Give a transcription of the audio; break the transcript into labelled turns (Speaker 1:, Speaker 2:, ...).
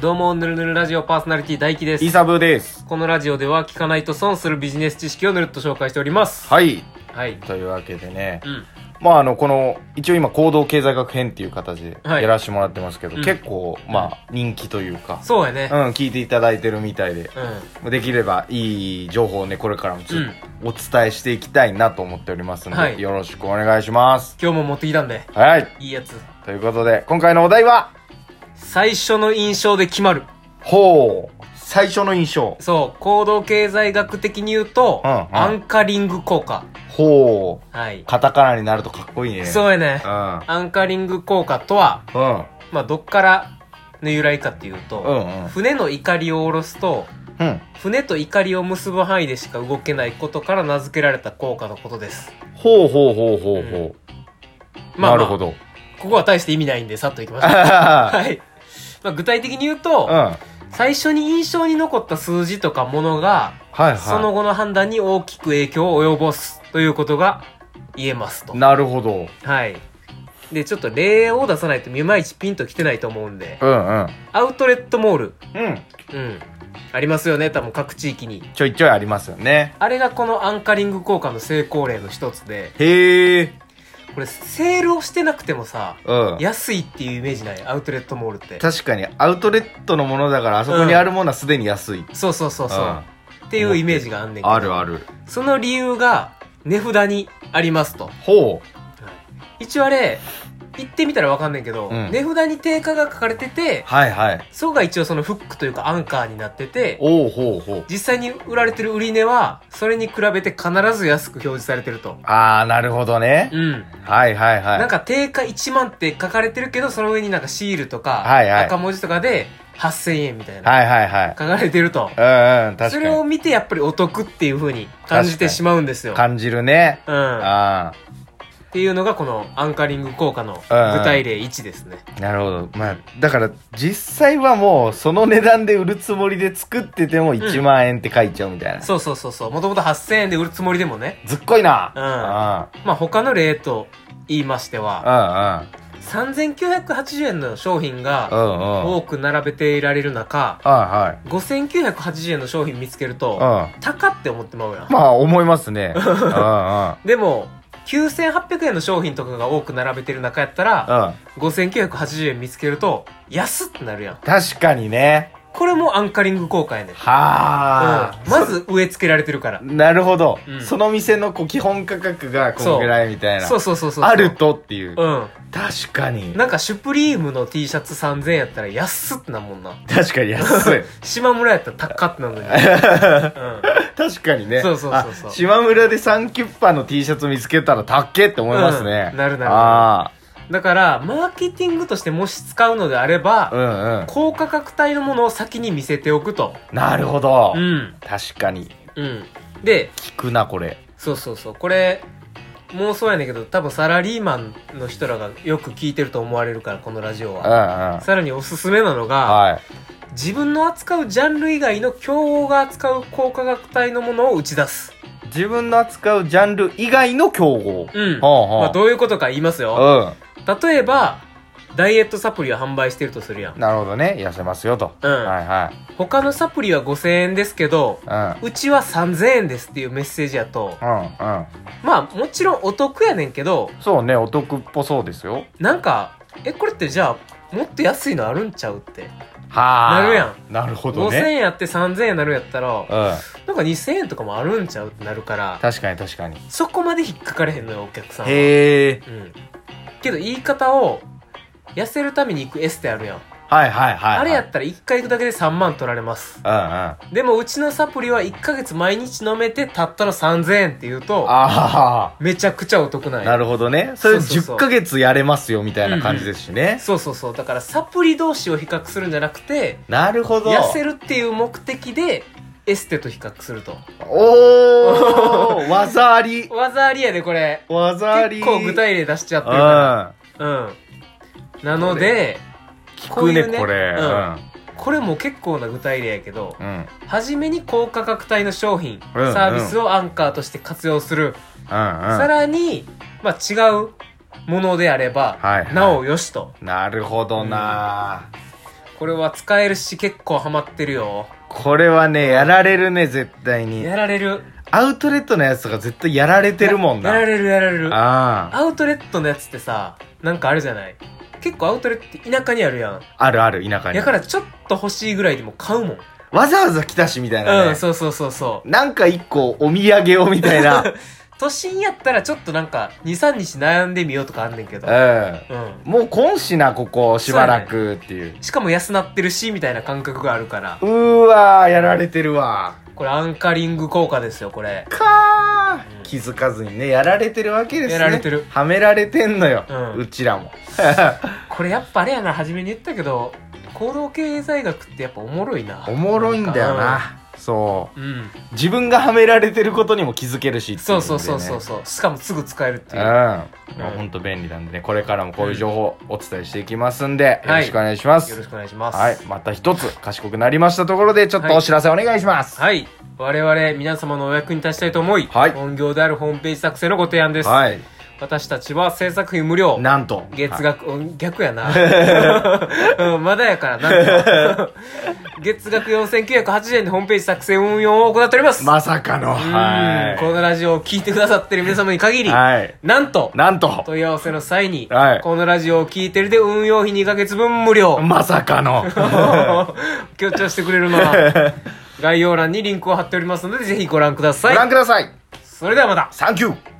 Speaker 1: どうも、ぬるぬるラジオパーソナリティ大輝で
Speaker 2: イ
Speaker 1: す。
Speaker 2: サブです。
Speaker 1: このラジオでは聞かないと損するビジネス知識をぬるっと紹介しております。
Speaker 2: はい。
Speaker 1: はい。
Speaker 2: というわけでね
Speaker 1: う、ん。
Speaker 2: まああの、この、一応今行動経済学編っていう形で
Speaker 1: はい
Speaker 2: やらせてもらってますけど、
Speaker 1: うん
Speaker 2: 結構、まあ人気というか、
Speaker 1: そうやね
Speaker 2: う。ん、聞いていただいてるみたいで、
Speaker 1: う
Speaker 2: できればいい情報をね、これからもずっとお伝えしていきたいなと思っておりますので、
Speaker 1: はい
Speaker 2: よろしくお願いします。
Speaker 1: 今日も持ってきたんで、
Speaker 2: はい。
Speaker 1: いいやつ。
Speaker 2: ということで、今回のお題は、
Speaker 1: 最初の印象で決まる。
Speaker 2: ほう、最初の印象。
Speaker 1: そう、行動経済学的に言うと、
Speaker 2: うんうん
Speaker 1: アンカリング効果。
Speaker 2: ほう、
Speaker 1: はい。
Speaker 2: カタカナになるとかっこいいね。
Speaker 1: そうやね
Speaker 2: う。ん。
Speaker 1: アンカリング効果とは、
Speaker 2: うん。
Speaker 1: まあ、どっからの由来かっていうと、
Speaker 2: うんうん
Speaker 1: 船の怒りを下ろすと、
Speaker 2: うん。
Speaker 1: 船と怒りを結ぶ範囲でしか動けないことから名付けられた効果のことです。
Speaker 2: ほうほうほうほうほう。なる ほど。
Speaker 1: ここは大して意味ないんで、さっといきましょう。
Speaker 2: は
Speaker 1: はい。まあ、具体的に言うと、
Speaker 2: うん。はい
Speaker 1: 最初に印象に残った数字とかものが、
Speaker 2: はい。
Speaker 1: その後の判断に大きく影響を及ぼすということが言えますと。
Speaker 2: なるほど。
Speaker 1: はい。で、ちょっと例を出さないと、いまいちピンときてないと思うんで、
Speaker 2: うんうん。
Speaker 1: アウトレットモール、
Speaker 2: うん。
Speaker 1: うん。ありますよね、多分各地域に。
Speaker 2: ちょいちょいありますよね。
Speaker 1: あれがこのアンカリング効果の成功例の一つで、
Speaker 2: へえ。
Speaker 1: これセールをしてなくてもさ、
Speaker 2: うん。
Speaker 1: 安いっていうイメージないアウトレットモールって。
Speaker 2: 確かにアウトレットのものだからあそこにあるものはすでに安い。
Speaker 1: そうそうそうそう。
Speaker 2: うん
Speaker 1: っていうイメージがあんねんけど。
Speaker 2: あるある。
Speaker 1: その理由が値札にありますと。
Speaker 2: ほう。
Speaker 1: 一応あれ、言ってみたらわかんないけど、
Speaker 2: うん
Speaker 1: 値札に定価が書かれてて、
Speaker 2: はいはい。
Speaker 1: そこが一応そのフックというかアンカーになってて、
Speaker 2: おうほうほう。
Speaker 1: 実際に売られてる売り値は、それに比べて必ず安く表示されてると。
Speaker 2: あー、なるほどね
Speaker 1: う。ん。
Speaker 2: はいはいはい。
Speaker 1: なんか定価1万って書かれてるけど、その上になんかシールとか、
Speaker 2: はいはい
Speaker 1: 赤文字とかで8000円みたいな、
Speaker 2: はいはいはい。
Speaker 1: 書かれてると。
Speaker 2: うんうん、
Speaker 1: そ
Speaker 2: 確
Speaker 1: れ
Speaker 2: か
Speaker 1: を
Speaker 2: に。
Speaker 1: 見てやっぱりお得っていう風に感じてしまうんですよ。
Speaker 2: 感じるね。
Speaker 1: うん。
Speaker 2: あ
Speaker 1: っていうのがこのアンカリング効果の具体例1ですね。
Speaker 2: ー。なるほど。まあ、だから、実際はもう、その値段で売るつもりで作ってても1万円って書いちゃうみたいな。
Speaker 1: そうそうそうそう。もともと8000円で売るつもりでもね。
Speaker 2: ずっこいな。
Speaker 1: うん
Speaker 2: うん。
Speaker 1: まあ他の例と言いましては、
Speaker 2: う
Speaker 1: 3980円の商品が
Speaker 2: んうん。うんうん。
Speaker 1: 多く並べていられる中、
Speaker 2: はい
Speaker 1: 5980円の商品見つけると、
Speaker 2: はい。
Speaker 1: 高って思ってまうやん
Speaker 2: うん。。まあ、思いま すね。うんうん。うん。は
Speaker 1: でも、9800円の商品とかが多く並べてる中やったら、5980円見つけると、安ってなるやん。
Speaker 2: 確かにね。
Speaker 1: これもアンカリング効果やねん。うん
Speaker 2: はあ。
Speaker 1: まず植え付けられてるから。
Speaker 2: なるほど
Speaker 1: う。ん
Speaker 2: その店のこう基本価格がこんぐらいみたいな。
Speaker 1: そうそうそうそう。
Speaker 2: ある。とっていう。
Speaker 1: うん。
Speaker 2: 確かに。
Speaker 1: なんか、シュプリームの T シャツ3000円やったら安ってなんもんな。
Speaker 2: 確かに 安い。
Speaker 1: 島村やったら高ってなんのに。う
Speaker 2: 確かにね。
Speaker 1: そうそうそうそう
Speaker 2: あ島村でサンキュッパの T シャツ見つけたらたっけって思いますね
Speaker 1: う。んなるなる
Speaker 2: あ
Speaker 1: ん。だから、マーケティングとしてもし使うのであれば、
Speaker 2: あ。うんうん。
Speaker 1: 高価格帯のものを先に見せておくと。
Speaker 2: なるほど
Speaker 1: う。ん。
Speaker 2: 確かに。
Speaker 1: うん。で、
Speaker 2: 聞くな、これ。
Speaker 1: そうそうそう。これ、妄想やねんけど、多分サラリーマンの人らがよく聞いてると思われるから、このラジオ
Speaker 2: うんう
Speaker 1: は。
Speaker 2: ん。
Speaker 1: さらにおすすめなのが、
Speaker 2: はい。
Speaker 1: 自分の扱うジャンル以外の競合が扱う高価格帯のものを打ち出す。
Speaker 2: 自分の扱うジャンル以外の競合。
Speaker 1: うん。
Speaker 2: ほうほう
Speaker 1: まあ、どういうことか言いますよ。
Speaker 2: う
Speaker 1: 例えば、ダイエットサプリを販売してるとするやん
Speaker 2: ん。。なるほどね。痩せますよと。
Speaker 1: うん
Speaker 2: はいはい。
Speaker 1: 他のサプリは5000円ですけど、
Speaker 2: う
Speaker 1: うちは3000円ですっていうメッセージやと、
Speaker 2: ん。うんうん。
Speaker 1: まあもちろんお得やねんけど、
Speaker 2: そうね、お得っぽそうですよ。
Speaker 1: なんか、え、これってじゃあ、もっと安いのあるんちゃうって。
Speaker 2: はあ。
Speaker 1: なるや
Speaker 2: ん。なるほど
Speaker 1: 5000
Speaker 2: ね。
Speaker 1: 円やって3000円になるんやったら、
Speaker 2: うん。
Speaker 1: なんか2000円とかもあるんちゃうってなるから、
Speaker 2: 確かに確かに。
Speaker 1: そこまで引っかかれへんのよ、お客さんは。
Speaker 2: へえ。
Speaker 1: うん。けど言い方を、痩せるために行くエステあるやん。
Speaker 2: はいはいはい。
Speaker 1: あれやったら1回行くだけで3万取られます。
Speaker 2: た。うんうん。
Speaker 1: でもうちのサプリは1ヶ月毎日飲めてたったの3000円って言うと、
Speaker 2: あ
Speaker 1: めちゃくちゃお得なん
Speaker 2: あ。
Speaker 1: や。
Speaker 2: なるほどね。そ
Speaker 1: そ
Speaker 2: れ
Speaker 1: うそうそう
Speaker 2: 10ヶ月やれますよみたいな感じですしね。
Speaker 1: そうそうそう。だからサプリ同士を比較するんじゃなくて、
Speaker 2: なるほど。
Speaker 1: 痩せるっていう目的で、エステと比較すると。
Speaker 2: おー技あり
Speaker 1: 技ありやで、これ。
Speaker 2: 技あり
Speaker 1: 結構具体例出しちゃって
Speaker 2: う
Speaker 1: るか
Speaker 2: ん。
Speaker 1: ら。うん。なので、
Speaker 2: 効くね、
Speaker 1: こういうね
Speaker 2: これ。
Speaker 1: う
Speaker 2: うんん。
Speaker 1: これも結構な具体例やけど、
Speaker 2: うん。
Speaker 1: 初めに高価格帯の商品、
Speaker 2: うんうん
Speaker 1: サービスをアンカーとして活用する。
Speaker 2: うんう
Speaker 1: さ
Speaker 2: ん。
Speaker 1: らに、まあ違うものであれば、
Speaker 2: はいはい
Speaker 1: なおよしと。
Speaker 2: なるほどなー
Speaker 1: ここれは使えるし結構ハマってるよ
Speaker 2: これはね、やられるね、絶対に。
Speaker 1: やられる
Speaker 2: アウトレットのやつとか絶対やられてるもんな。
Speaker 1: やられるやられる
Speaker 2: あ
Speaker 1: アウトレットのやつってさなんかあるじゃない結構アウトレットって田舎にあるやん
Speaker 2: あ。あるある、田舎に。
Speaker 1: だからちょっと欲しいぐらいでも買うもん、
Speaker 2: わざわざ来たし、みたいなね。
Speaker 1: うんそうそうそうそう
Speaker 2: なんか一個お土産をみた いな。
Speaker 1: 都心やったらちょっとなんか23日悩んでみようとかあんねんけど
Speaker 2: う
Speaker 1: うん
Speaker 2: ん。もう今しな、ここ、しばらくっていう。
Speaker 1: しかも安なってるしみたいな感覚があるから
Speaker 2: うーわー、やられてるわ。
Speaker 1: これアンカリング効果ですよこれ
Speaker 2: か
Speaker 1: うん
Speaker 2: ー。気づかずにね、やられてるわけですね。
Speaker 1: やられてる
Speaker 2: はめられてんのよ。
Speaker 1: うん
Speaker 2: うちらも。
Speaker 1: これやっぱあれやな初めに言ったけど行動経済学ってやっぱおもろいな
Speaker 2: おもろいんだよな。そう。
Speaker 1: うん、
Speaker 2: 自分がはめられてることにも気づけるしってい
Speaker 1: そう
Speaker 2: の
Speaker 1: う
Speaker 2: でね
Speaker 1: そうそうそうそうしかもすぐ使えるって
Speaker 2: う
Speaker 1: い
Speaker 2: ん、
Speaker 1: う
Speaker 2: もうほんと便利なんでねこれからもこういう情報お伝えしていきますんで、
Speaker 1: うん
Speaker 2: よろしくお願いしま
Speaker 1: よろ
Speaker 2: す
Speaker 1: しくお願いします
Speaker 2: はい、また一つ賢くなりましたところでちょっと
Speaker 1: はい
Speaker 2: お知らせお願いしますはい、
Speaker 1: はい我々皆様のお役に立ちたいと思い、
Speaker 2: はい
Speaker 1: 本業であるホームページ作成のご提案です、私たちは制作費無料
Speaker 2: なんと
Speaker 1: 月
Speaker 2: はい
Speaker 1: 額、うん逆 やな、うんまだやからなんか 月額4980円でホームページ作成運用を行っております、
Speaker 2: まさかの
Speaker 1: うん
Speaker 2: は
Speaker 1: このラジオを聞いてくださってる皆様に限
Speaker 2: い、
Speaker 1: り、
Speaker 2: はい、
Speaker 1: なんと
Speaker 2: なんと
Speaker 1: 問い合わせの際に、
Speaker 2: はい
Speaker 1: このラジオを聞いてるで運用費2ヶ月分無料
Speaker 2: まさかの
Speaker 1: 強調してくれるな概要欄にリンクを貼っておりますのでぜひご覧くださ
Speaker 2: ご覧
Speaker 1: い
Speaker 2: ください
Speaker 1: それではまた
Speaker 2: サンキュー